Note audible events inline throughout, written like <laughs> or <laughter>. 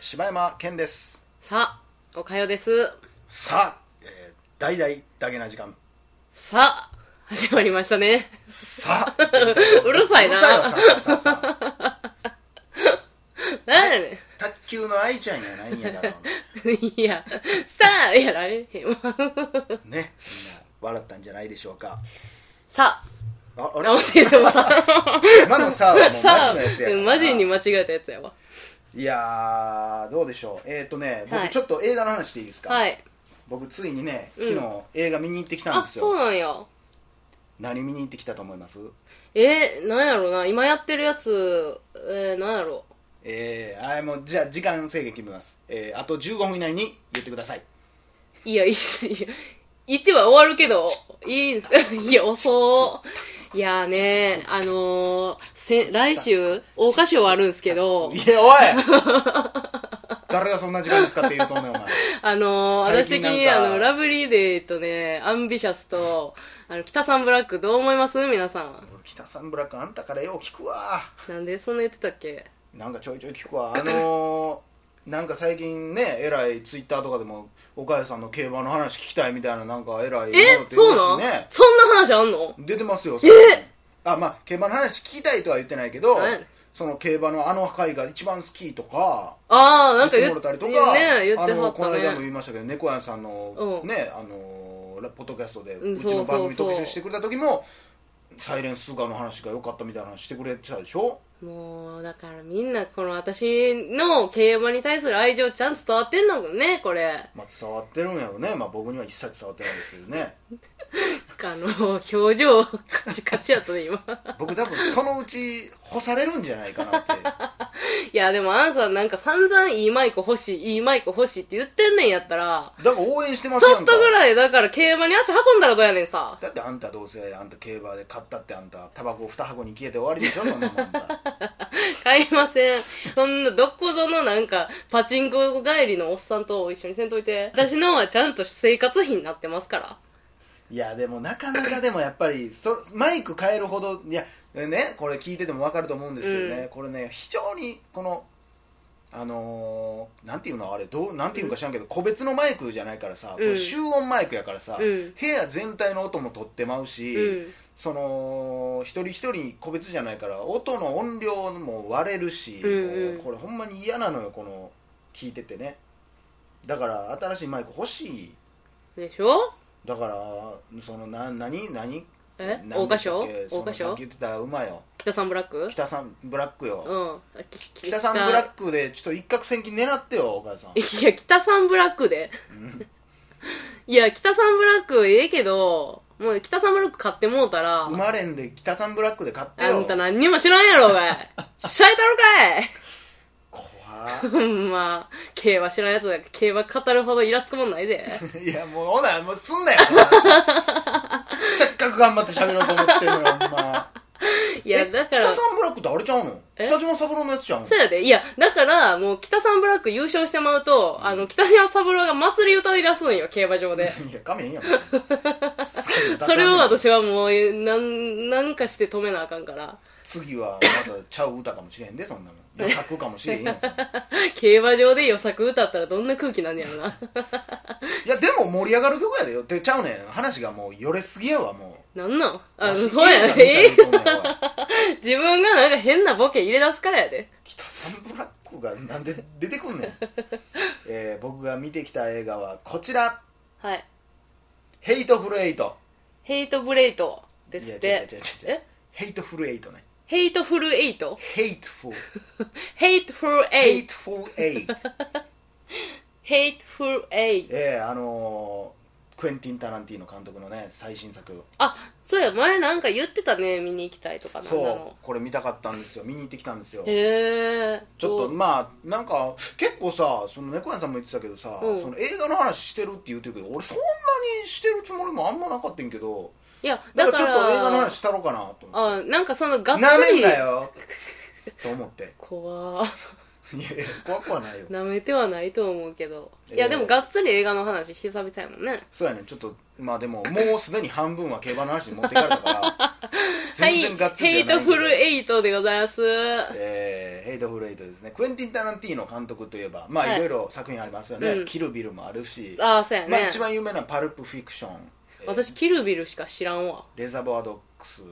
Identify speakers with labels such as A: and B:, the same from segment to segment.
A: 柴山健です
B: さあ、おかよです。
A: さあ、えー、大々だけな時間
B: さあ、始まりましたね。 <laughs>
A: さあ
B: うるさいな
A: うるさいわさあさあさあさあ
B: なんやね
A: 卓球の愛ちゃんやないんやからね
B: ん。いや、さあ、やられへんわ。 <laughs>
A: みんな笑ったんじゃないでしょうか
B: さあ、
A: ああ
B: あ、
A: れ
B: 間違えた。
A: 今のさあはもうマ
B: さあ
A: ジのやつやか、
B: う
A: ら
B: んマジに間違えたやつやわ。
A: いやーどうでしょうえっ、ー、とね
B: は
A: 僕
B: い
A: ちょっと映画の話していいですか、
B: はい。
A: 僕ついにね
B: うん
A: 昨日映画見に行ってきたん
B: あ、
A: です
B: そ
A: よ、
B: うなんや。
A: 何見に行ってきたと思います
B: えー、なんやろな。今やってるやつ、えー、なんやろ。
A: えー、あーもうじゃあ時間制限決めます、えー、あと15分以内に言ってください
B: いや、いいいや一話終わるけど、いいんす <laughs> いや、遅い。いやーね、あのー、せ、来週、大歌賞あるんすけど、
A: いや
B: <laughs>
A: おい誰がそんな時間に使って言うとんねんお前
B: あのー、
A: 最
B: 私
A: 近
B: 的
A: なんか
B: に、あの、ラブリーデーとね、アンビシャスと、あの、北さんブラックどう思います皆さん。
A: 俺北さんブラックあんたからよう聞くわ
B: なんでそんな言ってたっけ
A: なんかちょいちょい聞くわあの
B: <laughs>
A: ー、なんか最近ねえらいツイッターとかでも岡谷さんの競馬の話聞きたいみたいななんかえらい
B: え
A: もの
B: そう
A: し
B: なん
A: ね
B: そんな話あんの
A: 出てますよ
B: え
A: あまあ競馬の話聞きたいとは言ってないけど
B: はい
A: その競馬のあの回が一番好きとか
B: あー、なんか
A: 言っても
B: 言っ
A: らったりと
B: て、
A: か、
B: ね、言っては
A: あの
B: っ
A: この間も
B: た
A: 言
B: ね。
A: いましたけど猫屋さんの、
B: うん
A: ねあのラポッドキャストで
B: うん
A: うちの番組
B: そうそうそう
A: 特集してくれた時も「サイレンスガの話が良かったみたいな話してくれてたでしょ
B: もう、だからみんな、この私の競馬に対する愛情ちゃんと伝わってんのもんね、これ。
A: まあ伝わってるんやろね、まあ、僕には一切伝わってないですけど
B: <laughs>
A: ね
B: あの、表情、カチカチやったね、今。 <laughs>
A: 僕多分そのうち干されるんじゃないかな
B: <laughs>
A: って
B: いや、でも、アンさんなんか散々いいマイク欲しい、いいマイク欲しいって言ってんねんやったら、
A: だから応援してます
B: ち
A: や
B: ょっ
A: んか
B: とぐらい、だから競馬に足運んだらどうやねんさ。
A: だってあんたどうせあんた競馬で買ったってあんたタバコ2箱に消えて終わりでしょそんなもんあんた
B: 買いません。そんな、どこぞのなんか、パチンコ帰りのおっさんと一緒にせんといて。私のはちゃんと生活費になってますから。
A: いやでもなかなかでもやっぱり <laughs> そマイク変えるほどいやねこれ聞いてても分かると思うんですけどね、
B: う
A: これね非常にこのあのーなんていうのあれどうなんていうのか知らんけど、個別のマイクじゃないからさ、これ
B: うん
A: 集音マイクやからさ、
B: うん
A: 部屋全体の音も取ってまう
B: う
A: し、
B: ん。
A: その一人一人個別じゃないから音の音量も割れるし、
B: うんうん
A: こうこれほんまに嫌なのよこの聞いててねだから新しいマイク欲しい
B: でしょ
A: だからそのな何何
B: え
A: 何
B: 大
A: で
B: 歌
A: したっ
B: 賞
A: けその
B: 大歌
A: さっ
B: 賞
A: き言ってた馬よ
B: 北さんブラック
A: 北さんブラックよ、
B: うん。
A: 北さんブラックでちょっと一攫千金狙ってよお母さん
B: いや、北さんブラックで。 <laughs> いや、北さんブラックええけど、もう北さんブラック買ってもうたら、
A: 生まれんで北さんブラックで買って
B: あ
A: よ
B: んた何にも知らんやろ
A: <laughs>
B: がい。しゃいたろかい
A: 怖
B: ほん <laughs> ま、競馬知らんやつだから競馬語るほどイラつくもんな
A: <laughs>
B: いで。
A: っいやもうほなもうすんなよこの
B: <laughs>
A: 話せっかく頑張って喋ろうと思ってんのよほんま
B: いや、
A: え
B: だから
A: 北、さんブラックってあれちゃうの
B: え
A: 北島三郎のやつちゃうの
B: そうやで。いや、だから、もう北さんブラック優勝してまうと、あの、北島三郎が祭り歌い出すんよ、競馬
A: <laughs>
B: 場で。
A: いやかめへん
B: <laughs>
A: やん好きに歌ってあ
B: そ
A: んね
B: れ
A: ん
B: を私はもう、なん、なんかして止めなあかんから。
A: 次はまたちゃう歌かもしれへんでそんなの予作かもしれへんやんそんな
B: 競馬場で予作歌ったらどんな空気なんやろな。 <laughs>
A: いやでも盛り上がる曲やでよでちゃうねん話がもうよれすぎやわもう
B: なんなんあ
A: わ
B: の、
A: し
B: そうやね。
A: 映
B: え
A: 画みたいに撮んねんわ
B: <laughs> 自分がなんか変なボケ入れ出すからやで。
A: 北さんブラックがなんで出てくんねん、えー僕が見てきた映画はこちら
B: はい。
A: 「ヘイトフルエイト
B: ヘイトブレイト」で
A: い
B: す
A: や違う
B: って
A: 違う違う。違う
B: え
A: ヘイトフルエイトね
B: ヘイトフルエイト
A: ヘイトフル
B: ヘイトフルエ
A: ヘ
B: イ
A: イトフルエイト
B: ヘイトフルエイト。
A: ええあのークエンティン・タランティーノ監督のね最新作
B: あ、そうや、前なんか言ってたね、見に行きたいとかなんだ
A: そう
B: ろ
A: これ見たかったんですよ見に行ってきたんですよ
B: う。へえ。
A: ちょっと
B: と、
A: まあなんか結構さその猫屋さんも言ってたけどさ、
B: うん
A: その映画の話してるって言うてるけど俺そんなにしてるつもりもあんまなかったんやけど
B: いや、
A: だか
B: だからら、
A: ちょっと映画の話したろうかなと思っ
B: あ、なんかその、
A: て
B: がっ
A: な
B: つ
A: めん
B: り、 <laughs>
A: なよと思って
B: 怖ー
A: いやいや怖くはないよ
B: なめてはないと思うけど。い
A: え
B: や、
A: え
B: でもがっつり映画の話久々やもんね。
A: そうやねちょっとまあでももうすでに半分は競馬の話に持ってかれたから
B: <laughs>
A: 全然がっつり
B: ヘ
A: じゃな
B: イ
A: いけ
B: ト
A: ど
B: フルエイトでございます。
A: えーヘイトフルエイトですねクエンティン・タランティーノ監督といえばまあ、
B: はい
A: い、ろいろ作品ありますよね、
B: うん
A: キルビルもあるし、
B: ああ、そうや
A: まあ、
B: ね
A: 一。番有名なパルプ・フィクション、えー
B: 私、キルビルしか知らんわ。
A: レザーバードックス、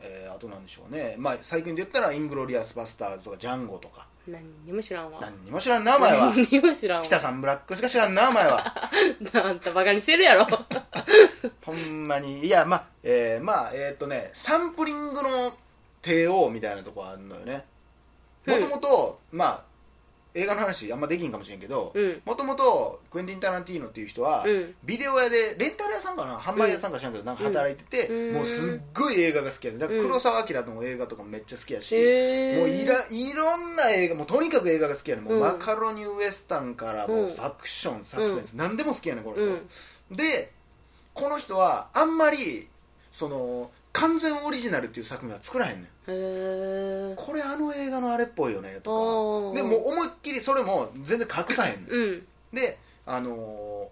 A: えーあとなんでしょうね、まあ、最近で言ったらイングロリアス・バスターズとかジャンゴとか
B: 何にも知らんわ。
A: 何にも知らん名前
B: <laughs>
A: は
B: 何にも知らんわ
A: 北。さんブラックしか知らん名前は
B: <laughs> あんたバカにしてる
A: <laughs>
B: やろ。
A: ほんまにいやまあえーまあえーっとねサンプリングの帝王みたいなとこあるのよね
B: うん
A: もともとまあ映画の話あんまできんかもしれんけど
B: うん。
A: もともとクエンティン・タランティーノっていう人は、
B: うん。
A: ビデオ屋でレンタル屋さんかな販売屋さんか知らんけど、なんか働いてて、
B: うん
A: もうすっごい映画が好きやねだから
B: うん
A: 黒澤明の映画とかもめっちゃ好きやし、
B: へえ。
A: もういらいろんな映画もうとにかく映画が好きやねもう
B: うん
A: マカロニウエスタンからもううんアクションサスペンス、何でも好きやねこの人、
B: うん。
A: でこの人はあんまりその完全オリジナルっていう作品は作らへんねん
B: へえ。
A: これあの映画のあれっぽいよね
B: あ
A: とか
B: ー
A: でもう思いっきりそれも全然隠さへんねん
B: うん。
A: であのー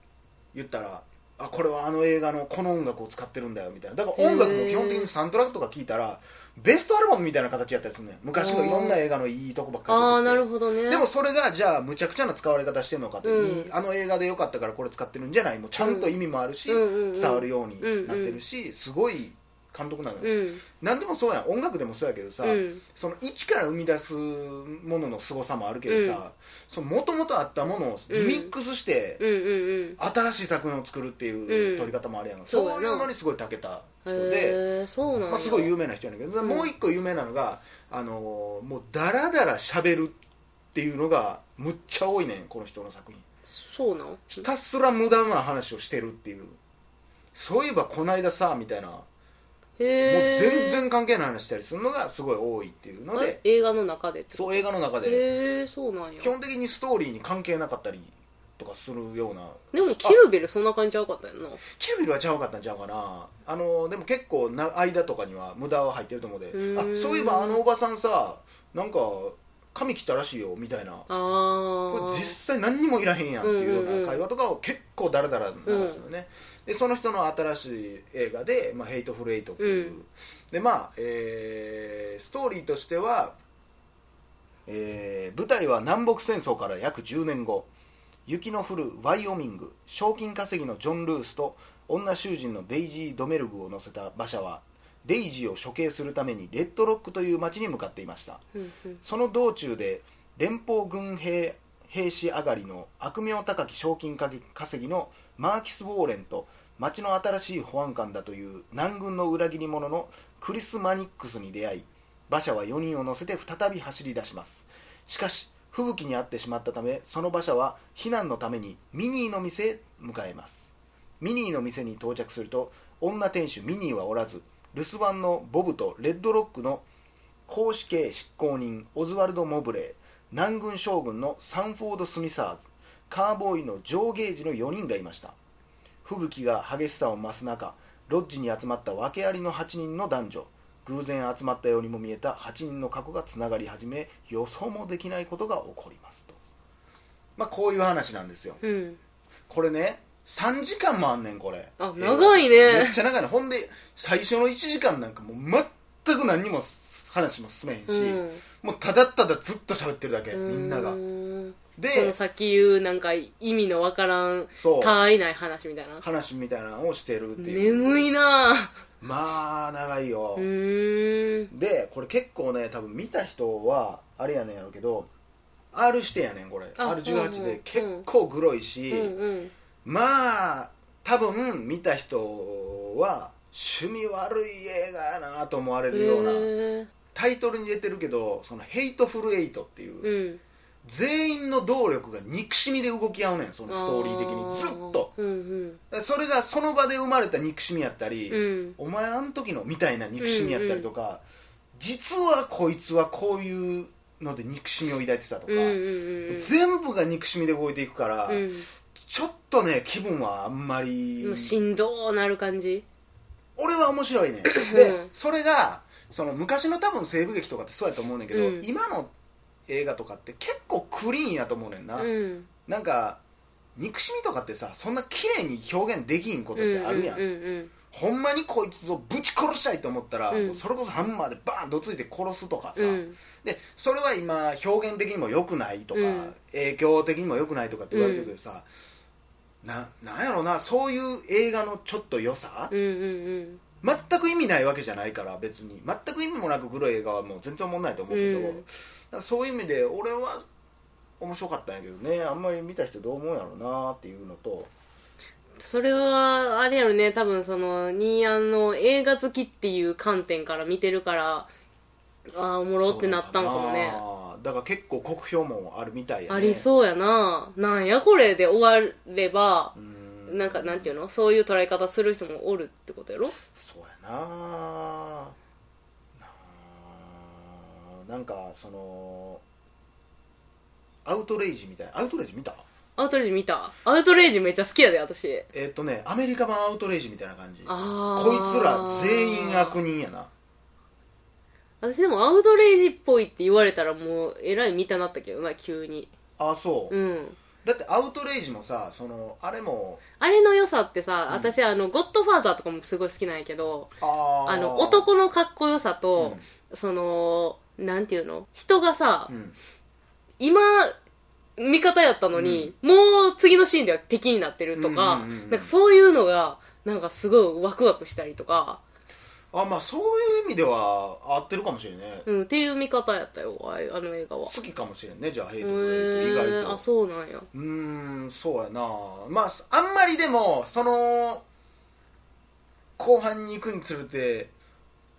A: 言ったらあこれはあの映画のこの音楽を使ってるんだよみたいなだから音楽も基本的にサントラとか聞いたらベストアルバムみたいな形やったりするねん昔のいろんな映画のいいとこばっかり
B: ああ、
A: 取
B: な
A: って
B: るほどね。
A: でも、それがじゃあむちゃくちゃな使われ方してるのかって、
B: うん
A: いいあの映画でよかったからこれ使ってるんじゃないもうちゃんと意味もあるし、
B: うんうんうん、
A: 伝わるようになってるし、すごい監督なのよ、
B: うん。
A: 何でもそうやん音楽でもそうやけどさ、
B: うん。
A: その一から生み出すものの凄さもあるけどさもともとあったものをリミックスして、
B: うんうんうん。
A: 新しい作品を作るっていう撮り方もあるやん、
B: そう
A: そ
B: やな
A: ういうのにすごい長けた人で、
B: へえ、そうなん
A: まあ、
B: だ。
A: すごい有名な人やねんけど、
B: うん
A: もう一個有名なのがあのーもうダラダラ喋るっていうのがむっちゃ多いねんこの人の作品
B: そうなん
A: ひたすら無駄な話をしてるっていうそういえばこないださみたいな、もう
B: へえ。
A: 全然関係ない話したりするのがすごい多いっていうので
B: え映画の中でってこ
A: そう映画の中で
B: とへえ、そうなんや
A: 基。本的にストーリーに関係なかったりとかするような
B: でも、キルビルそんな感じちゃうかったよな。
A: キルビルはちゃうかったんちゃうかなあのでも結構な間とかには無駄は入ってると思うで
B: うーん
A: あそういえばあのおばさんさなんか髪切ったらしいよみたいな
B: あ
A: これ
B: ー。
A: 実際何にもいらへんやんっていう
B: うんうん
A: よ
B: う
A: うんな会話とかを結構ダラダラ流すよね、でその人の新しい映画で「まあ、ヘイトフルエイト」っていう、
B: うん
A: でまあ、えーストーリーとしては、えー舞台は南北戦争から約10年後雪の降るワイオミング賞金稼ぎのジョン・ルースと女囚人のデイジー・ドメルグを乗せた馬車はデイジーを処刑するためにレッドロックという町に向かっていました
B: うんうん
A: その道中で連邦軍兵兵士上がりの悪名高き賞金稼ぎのマーキス・ウォーレンと町の新しい保安官だという南軍の裏切り者のクリス・マニックスに出会い馬車は4人を乗せて再び走り出しますしかし吹雪に遭ってしまったためその馬車は避難のためにミニーの店へ向かいますミニーの店に到着すると女店主ミニーはおらず留守番のボブとレッドロックの公子系執行人オズワルド・モブレー南軍将軍のサンフォード・スミサーズカーボーイのジョー・ゲージの4人がいました吹雪が激しさを増す中ロッジに集まった訳ありの8人の男女偶然集まったようにも見えた8人の過去がつながり始め予想もできないことが起こりますとまあこういう話なんですよ
B: うん。
A: これね3時間もあんねんこれ
B: あ長いね
A: めっちゃ長いねほんで最初の1時間なんかもう全く何にも話も進めへんし、
B: うん
A: もうただただずっと喋ってるだけ
B: うー
A: みんなが
B: その
A: で
B: 先言うなんか意味のわからん
A: そう
B: たわいない話みたいな
A: 話みたいなのをしてるっていう
B: 眠いなあ
A: まあ長いよ
B: う、ーん
A: でこれ結構ね多分見た人はあれやねんやろうけど R 指定やねんこれ
B: あ
A: R18
B: うんうん
A: で結構グロいし、
B: うんうん
A: まあ多分見た人は趣味悪い映画やなと思われるような、
B: へ
A: タイトルに出てるけどそのヘイトフルエイトっていう、
B: えうん
A: 全員の動力が憎しみで動き合うねんそのストーリー的にずっと
B: あーうん
A: それがその場で生まれた憎しみやったり、
B: うんうん
A: お前あん時のみたいな憎しみやったりとか、実はこいつはこういうので憎しみを抱いてたとか、
B: うんうんうん
A: 全部が憎しみで動いていくから、
B: う
A: ちょっとね気分はあんまり
B: ん、もうしんどーなる感じ
A: 俺は面白い
B: <clears throat>
A: ね
B: う
A: で
B: ん
A: それがその昔の多分西部劇とかってそうやと思うねんけど、
B: うん
A: 今の映画とかって結構クリーンやと思うねんな、
B: うん
A: なんか憎しみとかってさそんな綺麗に表現できんことってあるやん、
B: うんうんうん
A: ほんまにこいつをぶち殺したいと思ったら、
B: うん
A: それこそハンマーでバーンとついて殺すとかさ、
B: うん
A: でそれは今表現的にも良くないとか、
B: うん
A: 影響的にも良くないとかって言われてるけどさ、ななんやろなそういう映画のちょっと良さ、
B: うんうん
A: 全く意味ないわけじゃないから別に全く意味もなく黒い映画はもう全然思んないと思うけど、
B: うん
A: だからそういう意味で俺は面白かったんやけどねあんまり見た人どう思うんやろうなっていうのと
B: それはあれやろね多分そのニーヤンの映画好きっていう観点から見てるからああおもろってなったんかもね
A: そうだなだから結構酷評もあるみたいやね
B: ありそうやななんやこれで終われば
A: うー
B: なんかなんていう
A: の
B: のそういう捉え方する人もおるってことやろ
A: そうやななあなんかそのアウトレイジみたいなアウトレイジ見た
B: アウトレイジ見たアウトレイジめっちゃ好きやで私
A: えっとねアメリカ版アウトレイジみたいな感じこ
B: ああ
A: いつら全員悪人やな
B: 私でもアウトレイジっぽいって言われたらもうえらい見たなったけどな急に
A: あそう、
B: うん
A: だってアウトレイジもさそのあれも
B: あれの良さってさ、
A: うん
B: 私あのゴッドファーザーとかもすごい好きなんやけど
A: あー
B: あの男のかっこよ
A: う
B: さ
A: ん
B: と、そのなんていうの人がさ、
A: うん
B: 今味方やったのに、もう次のシーンでは敵になってるとか、
A: うんうんうんうん
B: なんかそういうのがなんかすごいワクワクしたりとか、
A: あまあそういう意味では合ってるかもしれんね、
B: うん、っていう見方やったよああの映画は
A: 好きかもしれんねじゃあヘイト
B: へ
A: ブレイク意外
B: ー
A: と
B: あそうなんや
A: うーんそうやなまああんまりでもその後半に行くにつれて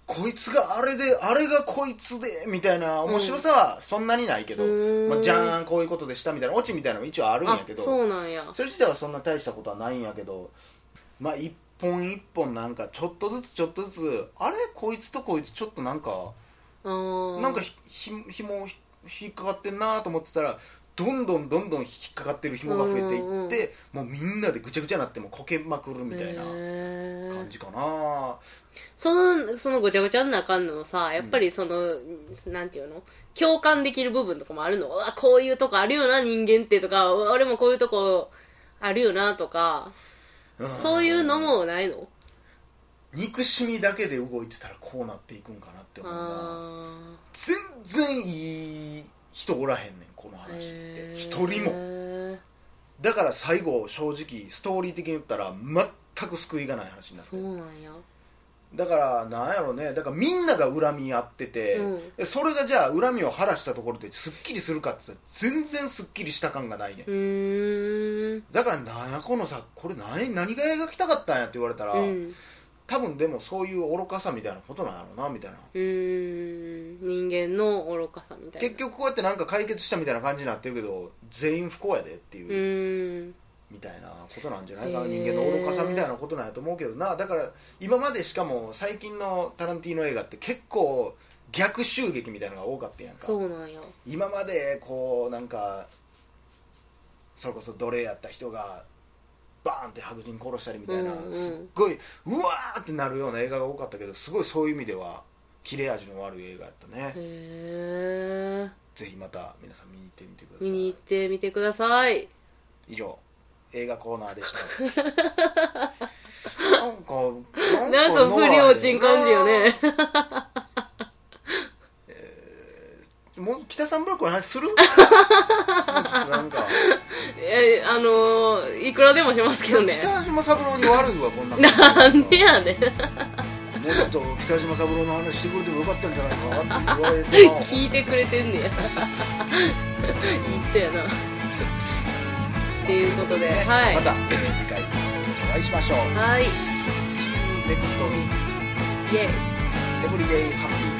A: こいつがあれであれがこいつでみたいな面白さはそんなにないけど、
B: うーん
A: まあ、じゃーんこういうことでしたみたいなオチみたいなのも一応あるんやけど
B: あそうなんや
A: それ自体はそんな大したことはないんやけどまあ一本一本なんかちょっとずつちょっとずつあれこいつとこいつちょっとなんか
B: あー
A: なんかひひ紐ひ引っかかってんなと思ってたらどんどんどんどん引っかかってる紐が増えていって、
B: うんうん
A: もうみんなでぐちゃぐちゃになってもこけまくるみたいな
B: へー
A: 感じかな、
B: そのそのごちゃごちゃの中のさやっぱりその、なんていうの共感できる部分とかもあるのうわこういうとこあるよな人間ってとかうわ俺もこういうとこあるよなとか
A: ん
B: そういうのもないの
A: 憎しみだけで動いてたらこうなっていくんかなって思うな
B: あ
A: 全然いい人おらへんねんこの
B: あ
A: 話って一人も
B: も
A: だから最後正直ストーリー的に言ったら全く救いがない話になって
B: そ
A: る
B: うなんや
A: だからなんやろねだからみんなが恨み合ってて、
B: うん
A: でそれがじゃあ恨みを晴らしたところですっきりするかって言ったら全然すっきりした感がないね、
B: うーん
A: だからなんやこのさこれ何何が描きたかったんやって言われたら、
B: うん
A: 多分でもそういう愚かさみたいなことなんやろなみたいな
B: うーん人間の愚かさみたいな
A: 結局こうやってなんか解決したみたいな感じになってるけど全員不幸やでっていう
B: う、ーん
A: みたいなことなんじゃないかな
B: へー
A: 人間の愚かさみたいなことなんやと思うけどなだから今までしかも最近のタランティーノ映画って結構逆襲撃みたいなのが多かったやんか
B: そうなんや
A: 今までこうなんかそれこそ奴隷やった人がバーンって白人殺したりみたいな、
B: うんうん
A: すっごいうわーってなるような映画が多かったけどすごいそういう意味では切れ味の悪い映画やったね、
B: へえ
A: ぜひまた皆さん見に行ってみてくださ
B: 見に
A: い
B: 行ってみてください
A: 以上映画コーナーでした
B: <laughs>
A: なんか
B: なんか不良ちん感じよね。
A: もう北三ブロックの話
B: <laughs>
A: するもうちょっとなんか
B: <laughs> え、あのー、いくらでもしますけどね。
A: 北島三郎に悪いわこんな
B: な
A: 感じ
B: んでやねん。
A: もうちょっと北島三郎の話してくれてもよかったんじゃないかって言われてな
B: 聞いてくれてんねや。いい <laughs> 人やな。っていうことで、はい
A: ま。た、えー次回お会いしましょう
B: はい。
A: See
B: イ
A: you next week
B: ェイ。
A: Everyday Happy